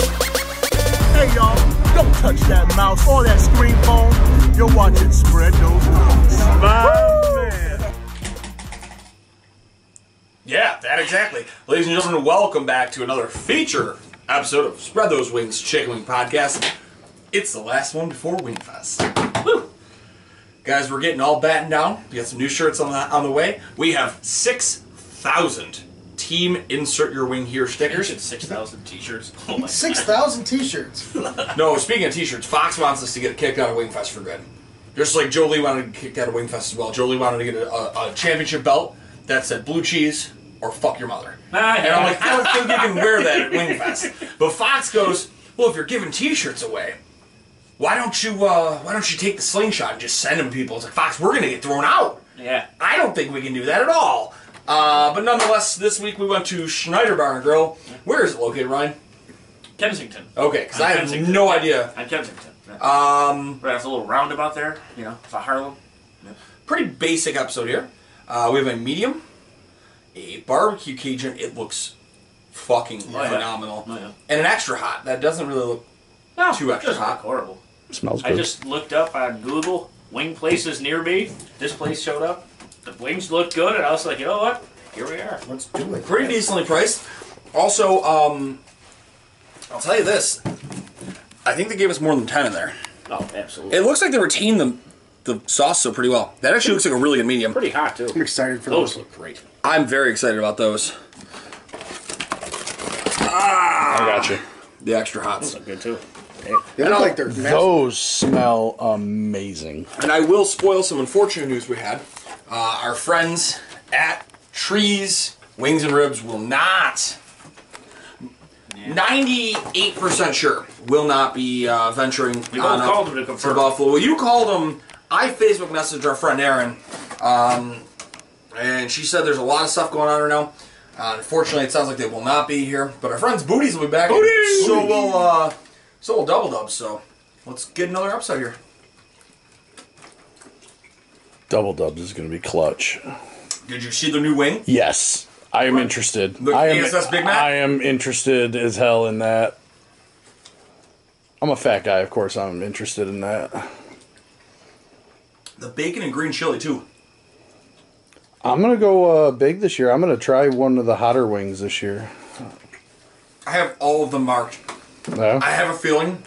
Hey y'all, don't touch that mouse or that screen phone. You're watching Spread Those Rules. Yeah, that exactly. Ladies and gentlemen, welcome back to another feature episode of Spread Those Wings Chicken Wing Podcast. It's the last one before Wingfest. Woo! Guys, we're getting all battened down. We got some new shirts on the, on the way. We have 6,000 Team Insert Your Wing Here stickers. six thousand t-shirts. Oh my Six thousand T-shirts. No, speaking of t-shirts, Fox wants us to get kicked out of Wingfest for good. Just like Jolie wanted to get kicked out of Wingfest as well. Jolie wanted to get a, a, a championship belt that said blue cheese or fuck your mother. And Ah, I'm like, I don't think you can wear that at Wingfest. But Fox goes, well, if you're giving t-shirts away, why don't you uh, why don't you take the slingshot and just send them to people? It's like Fox, we're gonna get thrown out. Yeah. I don't think we can do that at all. Uh, but nonetheless, this week we went to Schneider Bar and Grill. Where is it located, Ryan? Kensington. Okay, because On I have Kensington. no idea. On Kensington. Yeah. Um, right, it's a little roundabout there. You know, it's a Harlem. pretty basic episode here. Uh, we have a medium, a barbecue Cajun. It looks fucking Oh, yeah. phenomenal, Oh, yeah. and an extra hot. That doesn't really look. No, Too extra doesn't hot. look horrible. Smells I just looked up on Google wing places near me. This place showed up. The wings looked good, and I was like, you know what? Here we are. Let's do it. Pretty decently priced. Also, um, I'll tell you this. I think they gave us more than ten in there. Oh, absolutely. It looks like they retained the the sauce so pretty well. That actually looks like a really good medium. Pretty hot too. I'm excited for Those those. look great. I'm very excited about those. I got you. The extra hots. Look Ah, good too. They look like they're massive. Those smell um, amazing. And I will spoil some unfortunate news we had. Uh, our friends at Trees Wings and Ribs will not, 98% sure, will not be uh, venturing We on both up called them to confirm. Buffalo. Well, you called them. I Facebook messaged our friend Erin, um, and she said there's a lot of stuff going on right now. Uh, unfortunately, it sounds like they will not be here. But our friends Booties will be back. and Booties! So will uh, so will Double Dub. So let's get another episode here. Double dubs is going to be clutch. Did you see the new wing? Yes, I am interested. The I am, ASS Big Mac? I am interested as hell in that. I'm a fat guy, of course. I'm interested in that. The bacon and green chili too. I'm gonna go uh, big this year. I'm gonna try one of the hotter wings this year. I have all of them marked. No? I have a feeling.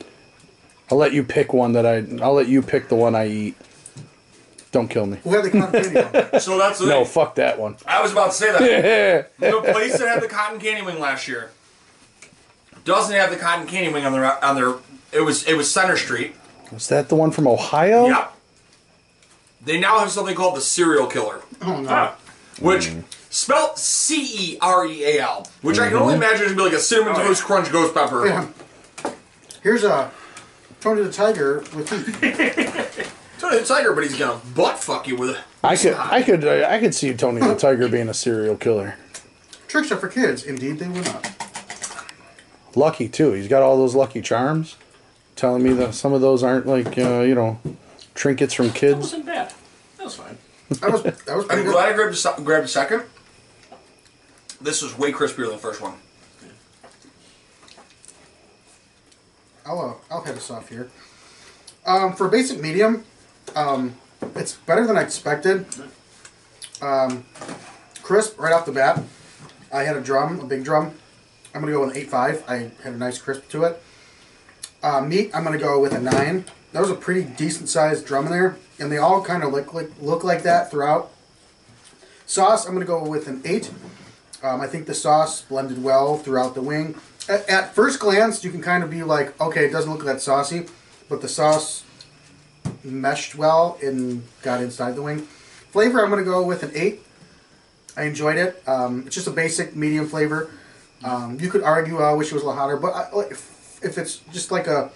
I'll let you pick one that I. I'll let you pick the one I eat. Don't kill me. We'll have the continuity on that. So that's the No, thing. fuck that one. I was about to say that. the place that had the cotton candy wing last year doesn't have the cotton candy wing on their on their. It was it was Center Street. Was that the one from Ohio? Yep. They now have something called the serial killer, Oh no. Ah, which spelled C E R E A L, which I can only imagine would be like a cinnamon Oh, toast yeah. crunch ghost pepper. Yeah. Here's a Tony the Tiger with teeth. Tony the tiger, but he's gonna butt fuck you with it. I could, I could, uh, I could see Tony the Tiger being a serial killer. Tricks are for kids. Indeed, they were not. Lucky too. He's got all those Lucky Charms. Telling me that some of those aren't like, uh, you know, trinkets from that kids. wasn't bad. That was fine. That was that was pretty I'm good. glad I grabbed a, se- grabbed a second. This was way crispier than the first one. I'll uh, I'll head us off here. Um, for basic medium, um, it's better than I expected. Um, crisp right off the bat. I had a drum, a big drum. I'm gonna go with an eight five. I had a nice crisp to it. Uh, meat, I'm gonna go with a nine. That was a pretty decent sized drum in there, and they all kind of look like look like that throughout. Sauce, I'm going to go with an eight. Um, I think the sauce blended well throughout the wing. At, at first glance, you can kind of be like, okay, it doesn't look that saucy, but the sauce meshed well and got inside the wing. Flavor, I'm going to go with an eight. I enjoyed it. Um, it's just a basic medium flavor. Um, you could argue I wish it was a little hotter, but I, if, if it's just like a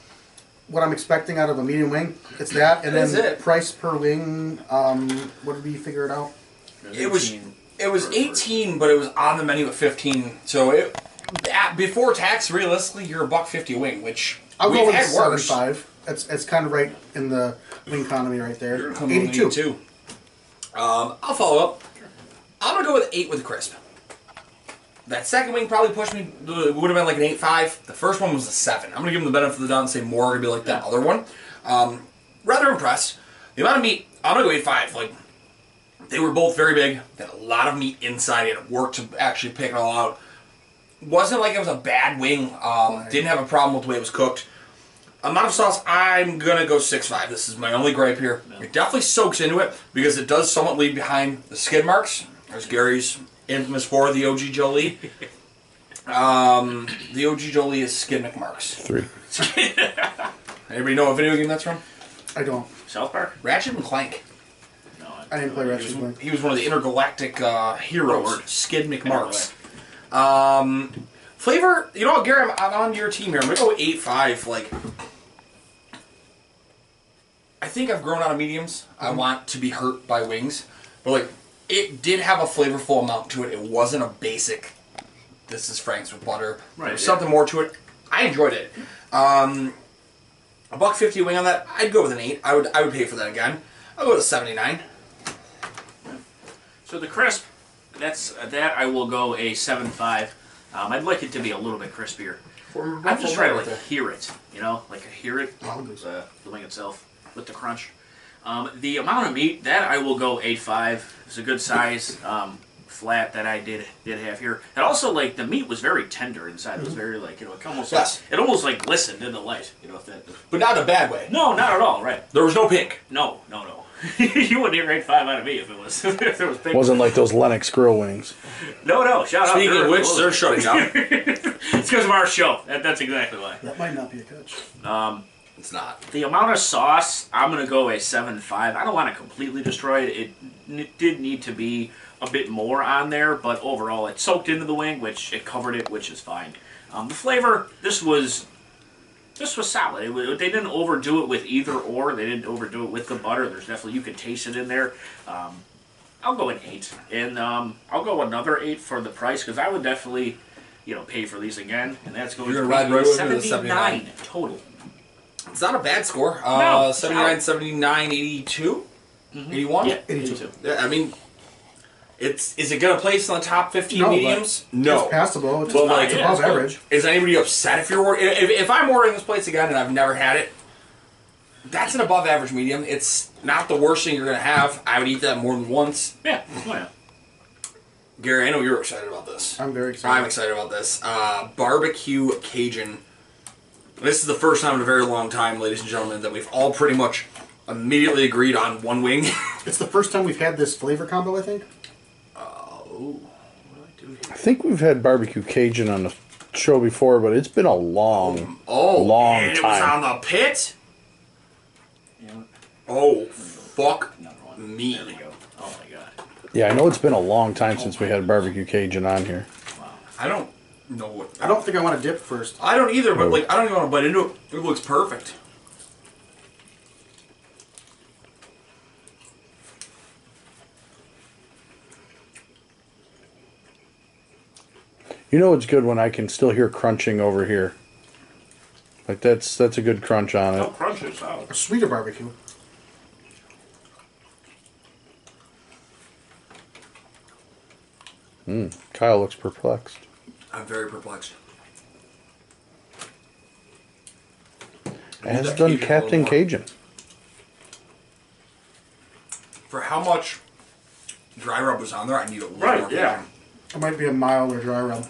what I'm expecting out of a medium wing, it's that. And That's then it. price per wing, um, what did we figure it out? It was it was 18, but it was on the menu at 15. So it at, before tax, realistically, you're a buck fifty wing, which I'll we've go with had worse. 75. It's, it's kind of right in the wing economy right there. Come on, 82. 82. Um, I'll follow up. I'm gonna go with eight with crisp. That second wing probably pushed me. It would have been like an eight-five. The first one was a seven. I'm gonna give him the benefit of the doubt and say more gonna be like that other one. Um, rather impressed. The amount of meat. I'm gonna go eight-five. Like they were both very big. They had a lot of meat inside. It worked to actually pick it all out. Wasn't like it was a bad wing. Um, Didn't have a problem with the way it was cooked. Amount of sauce, I'm gonna go six five. This is my only gripe here. It definitely soaks into it because it does somewhat leave behind the skid marks. There's Gary's infamous for the OG Jolie. Um, the OG Jolie is skid marks. Three. Anybody know what video game that's from? I don't. South Park? Ratchet and Clank. No, I didn't play He was- Ratchet and Clank. He was one of the intergalactic uh, heroes. Robert. Skid McMarks. Um, flavor, you know what, Gary, I'm, I'm on your team here. I'm gonna go eight five. Like, I think I've grown out of mediums. I Mm-hmm. want to be hurt by wings, but like, it did have a flavorful amount to it. It wasn't a basic. This is Frank's with butter. Right, There was yeah. something more to it. I enjoyed it. Um, a buck fifty wing on that. I'd go with an eight. I would. I would pay for that again. I'll go to seventy nine. So the crisp, that's that. I will go a seven five. Um, I'd like it to be a little bit crispier. I'm just trying to like hear it, you know, like I hear it, uh, the wing itself with the crunch. Um, the amount of meat that I will go eight five. It's a good size um, flat that I did did have here, and also like the meat was very tender inside. It was very like you know, it almost Yes. it almost like glistened in the light. You know if that. but not in a bad way. No, not at all. Right? There was no pink. No, no, no. you wouldn't hear eight five out of me if it was if there was pink. Wasn't like those Lennox grill wings. No, no. Shout out. Speaking they're of which, closed. they're shutting down. It's because of our show. That, that's exactly why. That might not be a catch. it's not. The amount of sauce, I'm gonna go a seven five. I don't want to completely destroy it. It, n did need to be a bit more on there, but overall, it soaked into the wing, which it covered it, which is fine. Um, the flavor, this was. This was solid. It, wa- they didn't overdo it with either or. They didn't overdo it with the butter. There's definitely you can taste it in there. Um, I'll go an eight, and um, I'll go another eight for the price because I would definitely, you know, pay for these again. And that's going You're to gonna ride be right with me to the 79 total. It's not a bad score. Uh, No, it's 79, not. 79, 82, 81. Yeah, 82. 82. Mm-hmm. Yeah, I mean, it's is it going to place in the top 15 No, but mediums? No. It's passable. It's, Well, above like, it's above yeah, it's average. is anybody upset if you're or- if, if I'm ordering this place again and I've never had it? That's an above average medium. It's not the worst thing you're going to have. I would eat that more than once. Yeah. Oh, yeah. Gary, I know you're excited about this. I'm very I'm excited. excited about this. Uh, barbecue Cajun. This is the first time in a very long time, ladies and gentlemen, that we've all pretty much immediately agreed on one wing. It's the first time we've had this flavor combo, I think. I think we've had barbecue Cajun on the show before, but it's been a long. oh, Long and it was time. on the pit. Oh, fuck me. There we go. Oh my god. Yeah, I know it's been a long time since we had barbecue Cajun on here. I don't know what. I don't think I want to dip first. I don't either, but like I don't even want to bite into it. It looks perfect. You know it's good when I can still hear crunching over here. Like that's that's a good crunch on it. crunch is out. A sweeter barbecue. Kyle looks perplexed. I'm very perplexed. As that Cajun done a Captain little more. Cajun. For how much dry rub was on there, I need a little Right, more. yeah. It might be a mild or dry rub.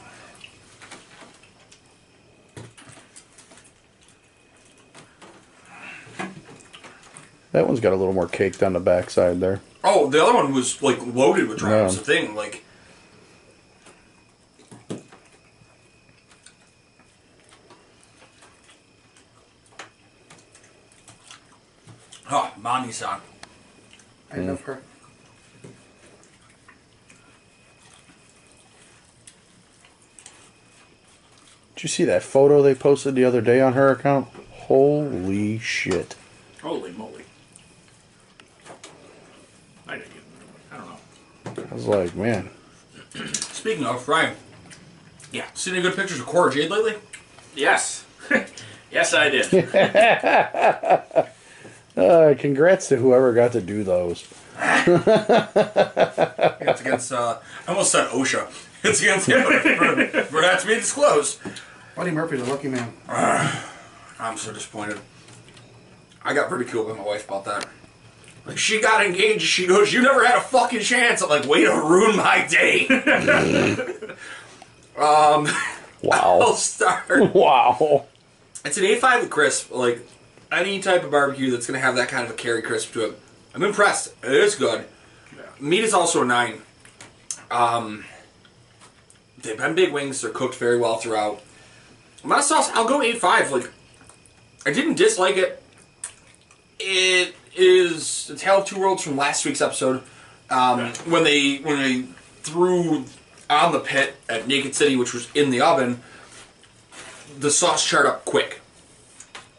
That one's got a little more caked on the backside there. Oh, the other one was like loaded with dry. Yeah. It's the thing. Like Oh, Mani san. I love her. Did you see that photo they posted the other day on her account? Holy shit. Holy moly. I didn't get I don't know. I was like, man. Speaking of, Ryan. Yeah. Seen any good pictures of Cora Jade lately? Yes. yes, I did. Uh, congrats to whoever got to do those. It's against uh I almost said OSHA. It's against we're not to be disclosed. Buddy Murphy's a lucky man. I'm so disappointed. I got ridiculed by my wife about that. Like she got engaged, she goes, "You never had a fucking chance." I'm like, "Way to ruin my day." Um, I'll Wow. start. Wow. It's an A5 with crisp. Like any type of barbecue that's gonna have that kind of a carry crisp to it. I'm impressed. It is good. Meat is also a nine. Um, they've been big wings. They're cooked very well throughout. My sauce, I'll go eight five. Like I didn't dislike it. It is a tale of two worlds from last week's episode um, when they when they threw on the pit at Naked City, which was in the oven. The sauce charred up quick.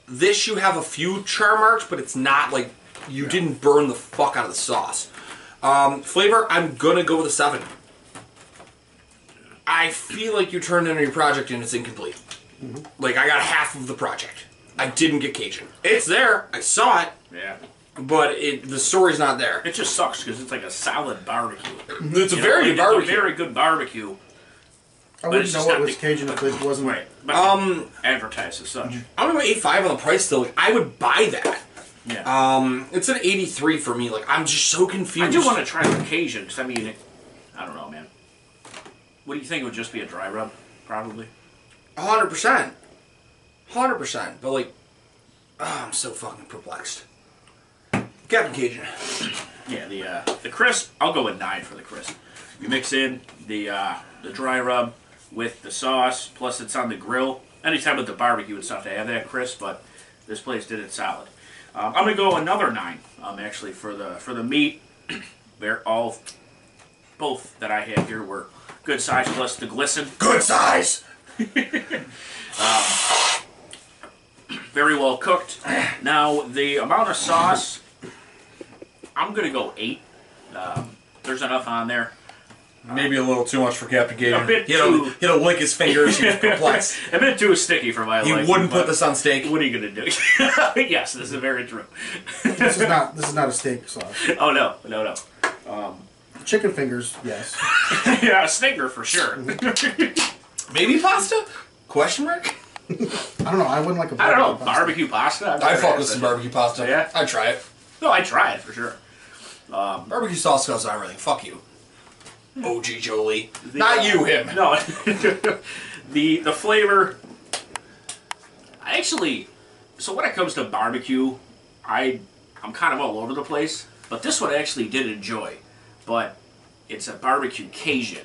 This you have a few char marks, but it's not like you didn't burn the fuck out of the sauce. Um, flavor, I'm gonna go with a seven. I feel like you turned in your project and it's incomplete. Like I got half of the project. I didn't get Cajun. It's there. I saw it, yeah. but it, the story's not there. It just sucks because it's like a solid barbecue. It's a You know, very good like, barbecue. It's a very good barbecue. I it's wouldn't just know what not was the- Cajun if it wasn't. Right. But um, advertised as such. I don't know eight five on the price still. Like, I would buy that. Yeah. um, It's an eighty three for me. Like I'm just so confused. I do want to try the Cajun because I mean, it, I don't know, man. What do you think? It would just be a dry rub, probably. hundred percent, hundred percent. But like, ah, I'm so fucking perplexed. Captain Cajun. Yeah, the uh, the crisp. I'll go with nine for the crisp. You mix in the uh, the dry rub with the sauce, plus it's on the grill. Anytime with the barbecue and stuff, they have that crisp, but this place did it solid. Um, I'm gonna go another nine. Um, actually for the for the meat, they're all both that I had here were good size. Plus the glisten, Good size. very well cooked. Now the amount of sauce, I'm gonna go eight. Um, there's enough on there. Maybe a little too much for Captain Cajun. A bit he, had to- too- he had to lick his fingers. He was perplexed. A bit too sticky for my He liking, wouldn't put but this on steak. What are you gonna do? yes, this is very true. This is not. This is not a steak sauce. Oh no, no, no. Chicken fingers, yes. yeah, a stinger for sure. Maybe pasta? Question mark. I don't know. I wouldn't like a. I don't know barbecue barbecue pasta. pasta. I've I never fuck had with some such- barbecue pasta. Yeah? I try it. No, I try it for sure. Barbecue sauce goes on everything. Fuck you. Hmm. OG Jolie. uh, Not you, him. No, the the flavor. I actually, so when it comes to barbecue, I I'm kind of all over the place, but this one I actually did enjoy. But it's a barbecue Cajun,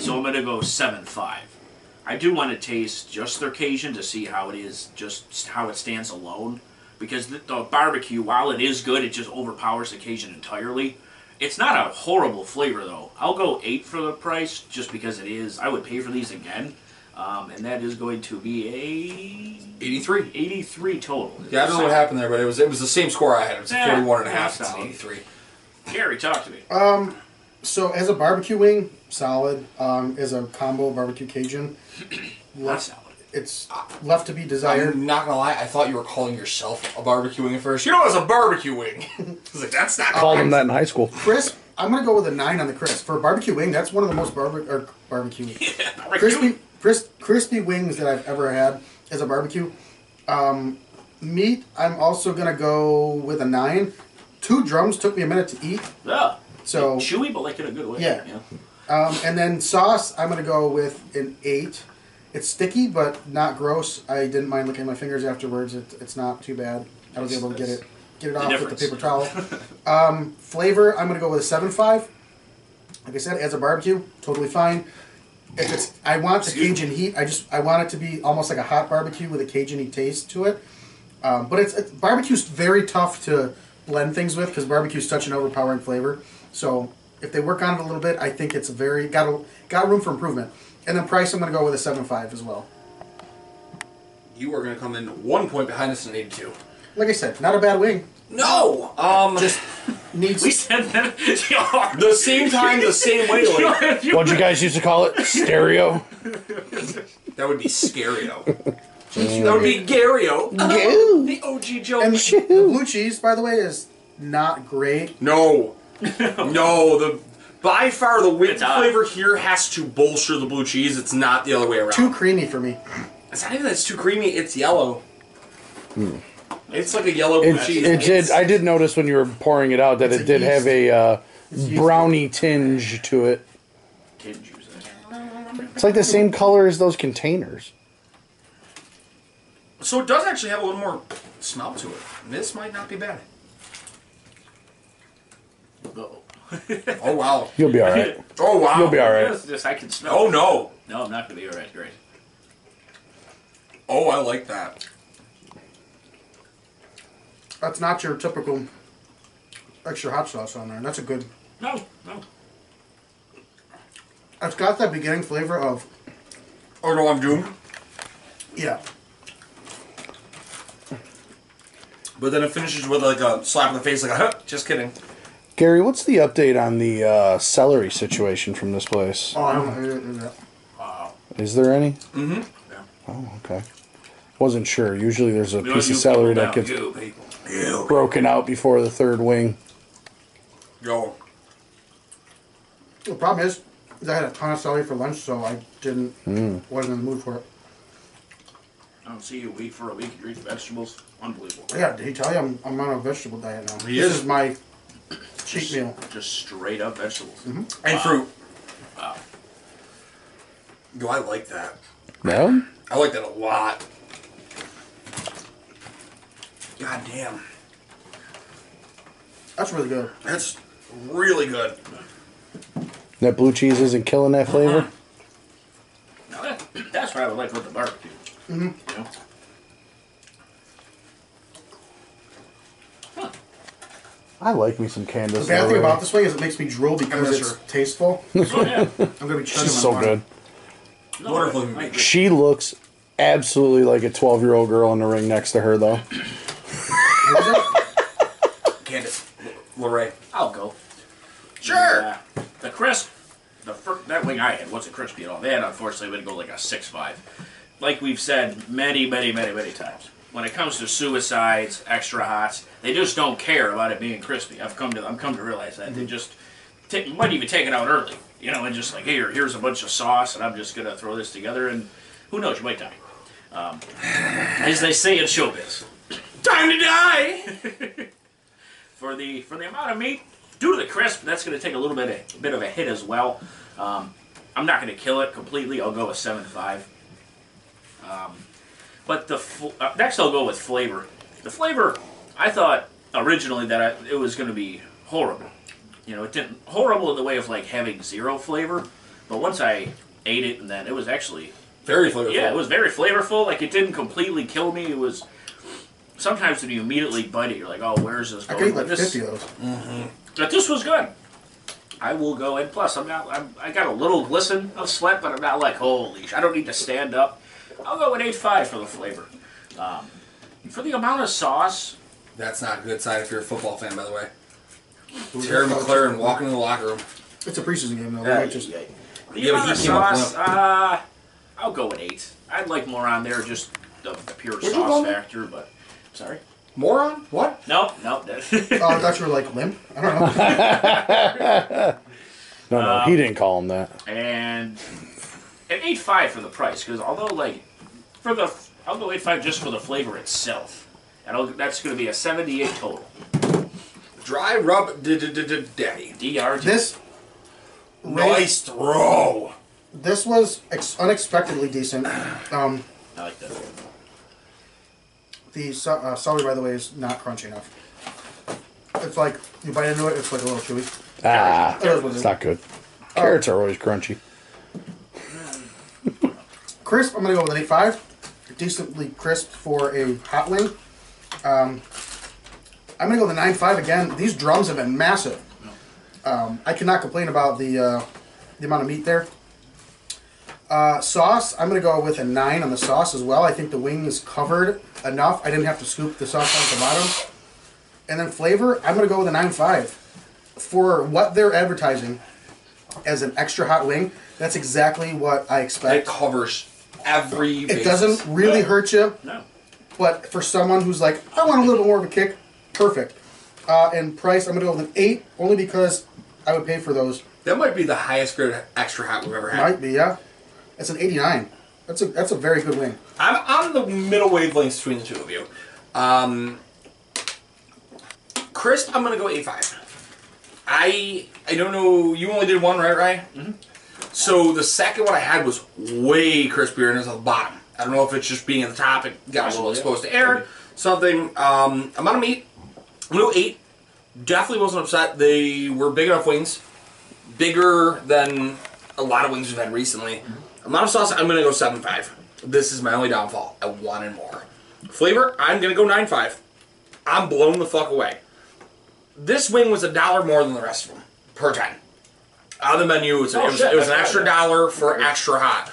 so I'm gonna go seven five. I do want to taste just their Cajun to see how it is, just how it stands alone. Because the, the barbecue, while it is good, it just overpowers the Cajun entirely. It's not a horrible flavor though. I'll go eight for the price, just because it is. I would pay for these again, um, and that is going to be a 83. 83 total. Yeah, I don't know what happened there, but it was it was the same score I had. It was a Yeah, 41 and a yeah, half. It's an solid. 83. Gary, talk to me. Uh, So as a barbecue wing, solid. Um, as a combo barbecue Cajun, Not salad. it's left to be desired. I'm not gonna lie, I thought you were calling yourself a barbecue wing at first. Uh, You know, it's a barbecue wing. I was like, that's not. Called them that in high school. Crisp. I'm gonna go with a nine on the crisp for a barbecue wing. That's one of the most barbe- or barbecue crispy crisp, crispy wings that I've ever had as a barbecue. Um, meat. I'm also gonna go with a nine. Two drums took me a minute to eat. Yeah. So Chewy, but like in a good way. Yeah. Um, and then sauce, I'm gonna go with an eight. It's sticky, but not gross. I didn't mind licking my fingers afterwards. It, it's not too bad. I was able to get it. get it off with difference. the paper towel. um, flavor, I'm gonna go with a seven five. Like I said, as a barbecue, totally fine. If it's, I want the Cajun heat. I just I want it to be almost like a hot barbecue with a Cajun y taste to it. Um, but it's, it's barbecue's very tough to blend things with because barbecue's such an overpowering flavor. So if they work on it a little bit, I think it's a very got a, got room for improvement. And then price, I'm gonna go with a seven five as well. You are going to come in one point behind us in 82. Like I said, not a bad wing. No! Um, Just Needs We said that. the same time, the same way. Like, What you guys used to call it? Stereo. that would be Scario. that would be Gario. the OG joke. And the blue cheese, by the way, is not great. no. no, the by far the whipped It's odd. flavor here has to bolster the blue cheese. It's not the other way around. Too creamy for me. It's not even that it's too creamy, it's yellow. It's like a yellow blue It, cheese. it did. I did notice when you were pouring it out that It's it a did yeast. have a uh, yeast. brownie tinge to it. eh? It's like the same color as those containers. So it does actually have a little more smell to it. This might not be bad. Oh wow. You'll be all right. Oh wow. You'll be all right. Just, I can smell. Oh no. No, I'm not gonna be alright. Great. Oh, I like that. That's not your typical extra hot sauce on there. That's a good. No, no. It's got that beginning flavor of Oh no, I'm doomed. yeah. But then it finishes with like a slap in the face, like a huh, just kidding. Gary, what's the update on the uh, celery situation from this place? Oh, I don't know. Is there any? Yeah. Oh, okay. Wasn't sure. Usually there's a You know, piece you of celery people that now, gets you people. broken out before the third wing. Yo. The problem is, is I had a ton of celery for lunch, so I didn't Hmm. wasn't in the mood for it. I don't see you week for a week. You eat vegetables. Unbelievable. Yeah, did he tell you I'm, I'm on a vegetable diet now? He this is. is my cheat Just, meal. just straight up vegetables. Mm-hmm. And fruit. Yo, I like that. No? I like that a lot. God damn. That's really good. That's really good. That blue cheese isn't killing that Uh-huh. flavor? Now that, that's what I would like with the barbecue. Mm-hmm. You know? I like me some Candace. The bad thing already. about this wing is it makes me drool because Yes, it's sir. tasteful. I'm Oh, yeah. gonna be chugging She's my so wine. good. No, Wonderful. I- I agree. She looks absolutely like a 12 year old girl in the ring next to her, though. Candace. Lorray. I'll go. Sure. Yeah. The crisp, the fir- that wing I had wasn't crispy at all. They had unfortunately would go like a six five. Like we've said many, many, many, many times. When it comes to suicides, extra hots, they just don't care about it being crispy. I've come to I've come to realize that they just ta- might even take it out early, you know, and just like here, here's a bunch of sauce, and I'm just gonna throw this together, and who knows, you might die. Um, as they say in showbiz, time to die. for the for the amount of meat due to the crisp that's going to take a little bit of, bit of a hit as well um, i'm not going to kill it completely i'll go with 7-5 um, but the fl- uh, next i'll go with flavor the flavor i thought originally that I, it was going to be horrible you know it didn't horrible in the way of like having zero flavor but once i ate it and then it was actually Very flavorful. yeah, it was very flavorful. Like it didn't completely kill me. It was sometimes when you immediately bite it, you're like, "Oh, where's this I going?" could eat But like this, 50 of those. but this was good. I will go, and plus, I'm not. I'm, I got a little glisten of sweat, but I'm not like, "Holy!" sh-" I don't need to stand up. I'll go with eight five for the flavor. Um, for the amount of sauce, That's not a good sign if you're a football fan, by the way. Terry McLaren walking in the locker room. It's a preseason game though. Yeah, Yeah, just, yeah, the Yeah, but amount of he came up sauce, uh, I'll go with eight. I'd like more on there, just the, the pure you go sauce with? factor. But sorry, Moron? What? nope, nope. that- Oh, I thought you were like limp. I don't know. No, no, Um, he didn't call him that. and an eight five for the price because although like for the I'll go eight five just for the flavor itself, and I'll, that's going to be a seventy eight total. Dry rub d- d- d- d- daddy. Dr. this Nice throw. this was ex- unexpectedly decent. Um, I like that. the ce- uh, celery, by the way, is not crunchy enough. It's like you bite into it, it's like a little chewy. Ah, It is what it it's is. not good. Oh. Carrots are always crunchy. Crisp, I'm gonna go with an 8.5. Decently crisp for a hot wing. Um, I'm gonna go with a 9.5 again. These drums have been massive. Um, I cannot complain about the uh, the amount of meat there. Uh, sauce, I'm gonna go with a 9 on the sauce as well. I think the wing is covered enough. I didn't have to scoop the sauce out at the bottom. And then flavor, I'm gonna go with a 9.5. For what they're advertising as an extra hot wing, that's exactly what I expect. That covers every. It doesn't really hurt you, No. but for someone who's like, I want a little bit more of a kick, perfect. Uh, and price, I'm gonna go with an eight, only because I would pay for those. That might be the highest grade extra hot we've ever had. Might be, yeah. It's an 89. That's a that's a very good wing. I'm on the middle wavelengths between the two of you. Um, crisp, I'm gonna go eight five. I I don't know. You only did one, right, Ryan? Mm-hmm. So the second one I had was way crispier and it was at the bottom. I don't know if it's just being at the top, it got a little Possibly, exposed to yeah. air, something. Um, amount of meat, I'm gonna go eight. Definitely wasn't upset. They were big enough wings, bigger than a lot of wings we've had recently. Amount of sauce, I'm gonna go seven five. This is my only downfall. I wanted more. Flavor, I'm gonna go nine five. I'm blown the fuck away. This wing was a dollar more than the rest of them per ten. On the menu, it was, Oh, it was, shit, it was an that's extra right, yeah. dollar for extra hot.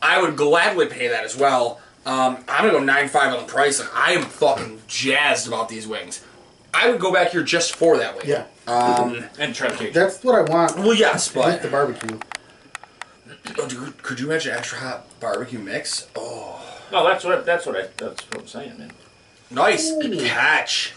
I would gladly pay that as well. Um, I'm gonna go nine five on the price, and I am fucking jazzed about these wings. I would go back here just for that wing. Yeah, And trap cake. Uh, that's what I want. Well, yes, Like but the barbecue. Oh, dude, could you imagine extra hot barbecue mix? Oh, No, that's what that's what I that's what I'm saying, man. nice good catch.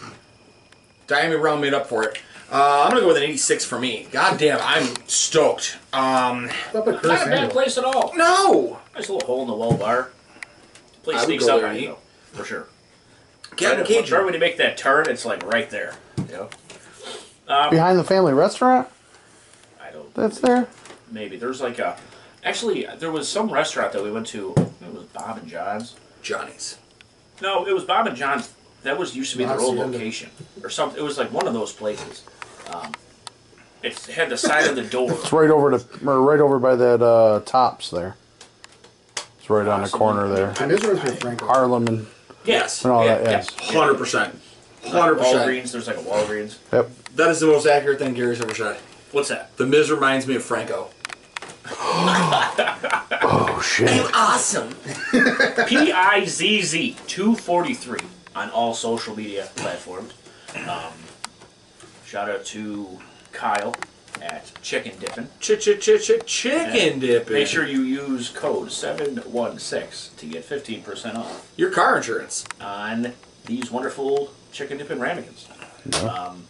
Diamond Brown made up for it. Uh, I'm gonna go with an 86 for me. God damn, I'm stoked. Um, Up at Curtis Not a bad Angle. place at all. no, Nice little hole in the wall bar. I Place would sneaks go up there on and you, eat. though, for sure. Captain Right, Cajun. right when you make that turn, it's like right there. You know? Um, Behind the family restaurant I don't. that's there? Maybe there's like a. Actually, there was some restaurant that we went to. It was Bob and John's. Johnny's. No, it was Bob and John's. That was used to be their old Hacienda. location or something. It was like one of those places. Um, it had the side of the door. It's right over to, or right over by that uh, tops there. It's right on the corner there. And this one's with Franco. Harlem and Yes. and all that. yeah. Yes. Hundred percent. Hundred percent. Walgreens. There's like a Walgreens. Yep. That is the most accurate thing Gary's ever said. What's that? The Miz reminds me of Franco. Oh shit. Awesome. P I Z Z two forty three on all social media platforms. Um, shout out to Kyle at Chicken Dippin'. Ch ch ch ch chicken dipping. Make sure you use code seven one six to get fifteen percent off your car insurance. on these wonderful chicken dipping ramekins. Um,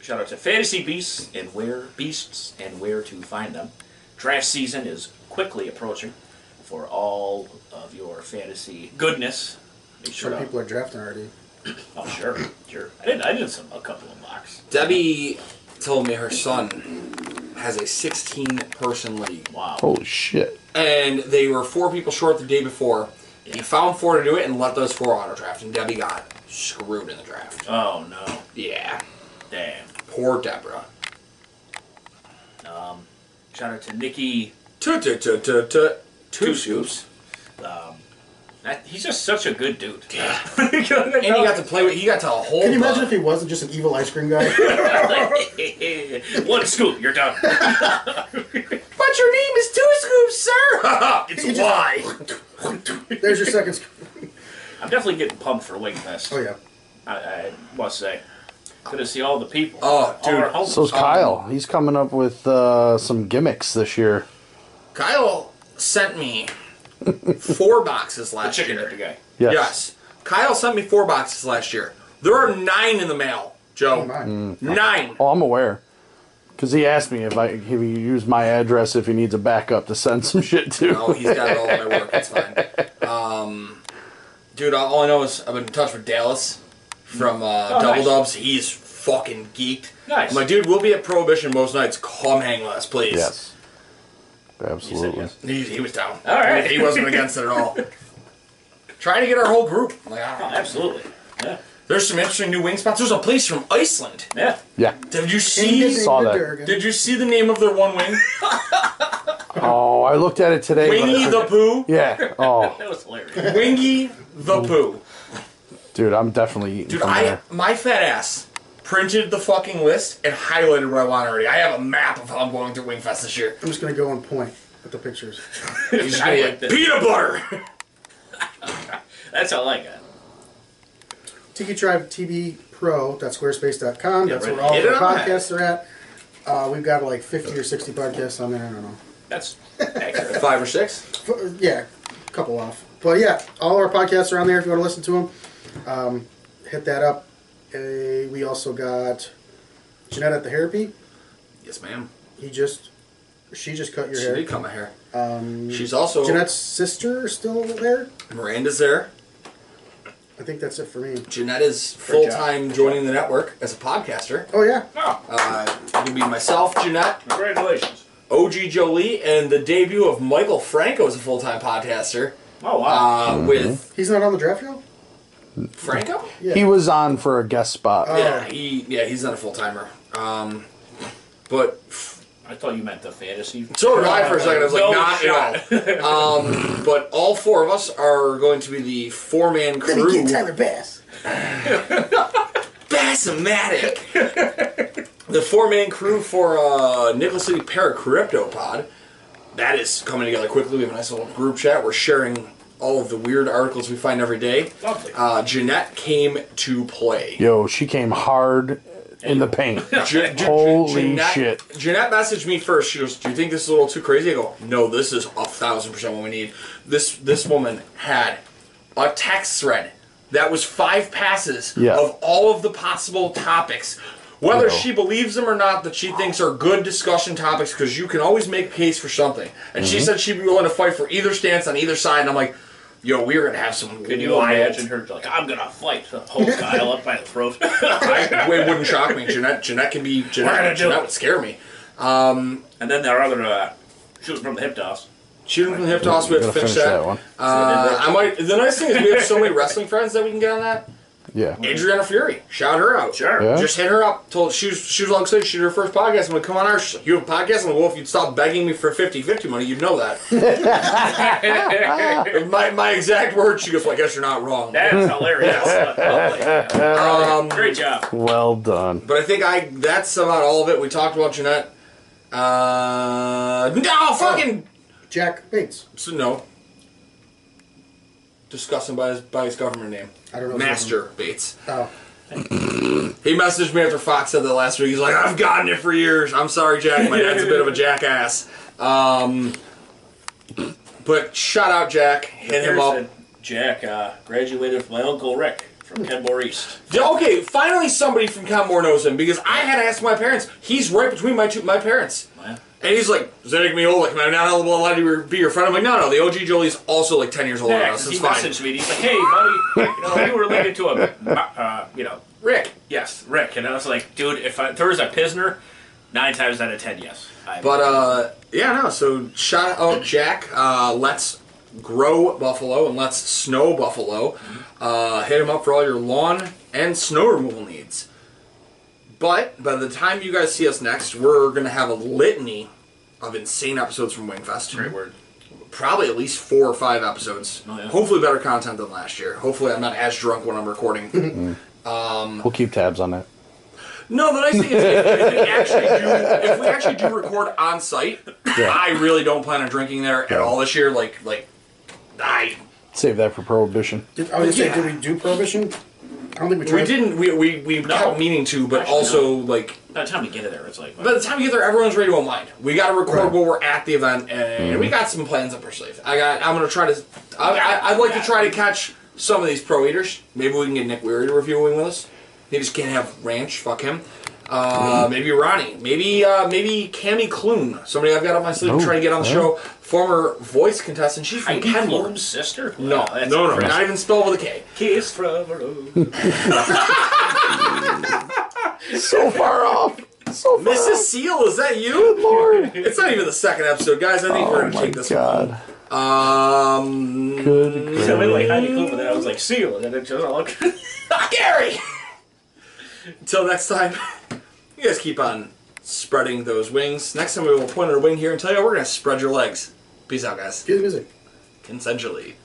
shout out to Fantasy Beasts and where beasts and where to find them. Draft season is quickly approaching for all of your fantasy goodness. Make sure Some to people are drafting already. Oh sure, sure. I did. I did some a couple of mocks. Debbie told me her son has a 16 person league. Wow. Holy shit. And they were four people short the day before. He found four to do it and let those four auto draft. And Debbie got screwed in the draft. Oh no. Yeah. Damn. Poor Deborah. Shout out to Nikki Tut, tut, tut, tut, tut. Two Scoops. Um, that, he's just such a good dude. Yeah. and he And he got to play with, he got to a whole. Can you imagine if he wasn't just an evil ice cream guy? one scoop, you're done. But your name is Two Scoops, sir! it's why. There's your second. sc- I'm definitely getting pumped for Wing Fest. Oh yeah. I, I must say, good to see all the people. Oh, all our dude. homies. So's Kyle. He's coming up with uh, some gimmicks this year. Kyle sent me four boxes the last chicken year. dip guy. Yes. Yes. Kyle sent me four boxes last year. There are nine in the mail, Joe. Oh, my. Nine. Oh, I'm aware. Because he asked me if I if he used my address if he needs a backup to send some shit to. No, Oh, he's got it all in my work. It's fine. Um, dude, all all I know is I've been in touch with Dallas from uh, Oh, Double nice. Dubs. He's fucking geeked. Nice. I'm like, dude, we'll be at Prohibition most nights. Come hang with us, please. Yes. He said Absolutely. yes. He, he was down. All right. He wasn't against it at all. Trying to get our whole group. I'm like, I don't know. Oh, Absolutely. Yeah. There's some interesting new wing spots. There's a place from Iceland. Yeah. Yeah. Did you see? Saw that. Did you see the name of their one wing? Oh, I looked at it today. Wingy the Pooh. yeah. Oh, That was hilarious. Wingy the Pooh. dude, I'm definitely eating Dude, from I there. my fat ass printed the fucking list and highlighted what I want already. I have a map of how I'm going to Wingfest this year. I'm just gonna go and point at the pictures. He's just gonna I get like this. peanut butter. That's all I got. Tiki Tribe TV Pro. Squarespace.com. That's right. where all Hit of it our on that. podcasts are at. Uh, we've got like 50 or 60 podcasts on there. I don't know. That's accurate. Five or six. F- Yeah, a couple off. But yeah, all our podcasts are on there if you want to listen to them. Um, hit that up. Uh, we also got Jeanette at the Therapy. Yes, ma'am. He just, she just cut your She hair. did cut my hair. Um, She's also Jeanette's sister is still there. Miranda's there. I think that's it for me. Jeanette is full Good job. time joining the network as a podcaster. Oh yeah, Oh, Uh, it'll be myself, Jeanette, congratulations. OG Jolie, and the debut of Michael Franco as a full time podcaster Oh, wow. uh, with he's not on the draft show. Franco. yeah. He was on for a guest spot. Yeah, Oh, he yeah he's not a full timer. Um, but I thought you meant the fantasy. So did I for a second. I was like, No not at all. Um, but all four of us are going to be the four man crew. Bass. Bassomatic. the four man crew for uh, Nicholas City Paracryptopod. That is coming together quickly. We have a nice little group chat. We're sharing all of the weird articles we find every day. Lovely. Uh, Jeanette came to play. Yo, she came hard in the paint. Je- Je- Holy Jeanette, shit. Jeanette messaged me first. She goes, "Do you think this is a little too crazy?" I go, "No, this is a thousand percent what we need." This this woman had a text thread that was five passes Yeah. of all of the possible topics. Whether Yo. she believes them or not, that she thinks are good discussion topics, because you can always make a case for something. And Mm-hmm. she said she'd be willing to fight for either stance on either side. And I'm like, yo, we're gonna have some. Can you wild- imagine her like, I'm gonna fight the whole Kyle up by the throat? I, it wouldn't shock me. Jeanette, Jeanette can be. Jeanette, gonna do Jeanette it. would scare me. and then there are other uh, shooting from the hip toss. Shooting from the hip toss, we have to Gotta finish that. one. Uh, I might. The nice thing is we have so many wrestling friends that we can get on that. Yeah. Adriana Fury, shout her out. Sure. Yeah. Just hit her up. Told she was she was all excited. She did her first podcast. I'm like, come on, our sh- you have a podcast. I'm like, well, if you'd stop begging me for 50-50 money, you'd know that. my, my exact words. She goes, well, I guess you're not wrong. That's hilarious. Lovely. Um, Great job. Well done. but I think I that's about all of it. We talked about Jeanette. Uh, no, fucking Jack Bates. so, no. Discussing by his by his government name, I don't know. his Master Bates. name. Oh, He messaged me after Fox said that last week. He's like, I've gotten it for years. I'm sorry, Jack. My dad's a bit of a jackass. Um, but shout out, Jack. Hit him up. Here's a- Jack uh, graduated from my uncle Rick from Kenmore East. Yeah, Okay, finally somebody from Kenmore knows him because I had asked my parents. He's right between my two my parents. Wow. And he's like, Zedek Miola, am I not allowed to be your friend? I'm like, no, no, the OG Jolie's also like 10 years older than Yeah, us. 'cause It's he fine. messaged me. and He's like, "Hey, buddy, you know, you were related to a, uh, you know, Rick. yes, Rick." And I was like, "Dude, if, I, if there was a Pisner, nine times out of ten, yes." I, But uh, yeah, no. So shout out Jack. Uh, let's grow Buffalo and let's snow Buffalo. Uh, hit him up for all your lawn and snow removal needs. But by the time you guys see us next, we're gonna have a litany of insane episodes from Wingfest. great word. Probably at least four or five episodes. Oh, yeah. Hopefully, better content than last year. Hopefully, I'm not as drunk when I'm recording. We'll keep tabs on that. no, the nice thing is if we actually do, if we actually do record on site, Yeah. I really don't plan on drinking there at all this year. Like, like, I Save that for prohibition. did, I was gonna Yeah. say, did we do prohibition? I don't think we tried. we didn't we we, we kept meaning to, but also like By the time we get to there, it's like, by the time you get there, everyone's ready to unwind. We got to record Right. where we're at the event, and we got some plans up our sleeve. I got I'm gonna try to I, I, I'd like to try to catch some of these pro eaters. Maybe we can get Nick Weary to review a wing with us. He just can't have ranch. Fuck him. Uh, Maybe Ronnie. Maybe uh, maybe Cami Kloon. Somebody I've got up my sleeve to Oh, try to get on the yeah. show. Former voice contestant. She's from Heidi Kenmore. Klum's sister? No, Wow, that's no, no, impressive. not even spelled with a K. Kiss from a rose. So far off. So far Mrs. Seal, is that you? off. Lord. It's not even the second episode, guys. I think we're Oh gonna my take this god. one. Um, Good. So I grief. went like Heidi Klum with that. I was like, seal. And then it just all Gary. Until next time, you guys keep on spreading those wings. Next time we will point at a wing here and tell you how we're gonna spread your legs. Peace out, guys. Cue the music. Consensually.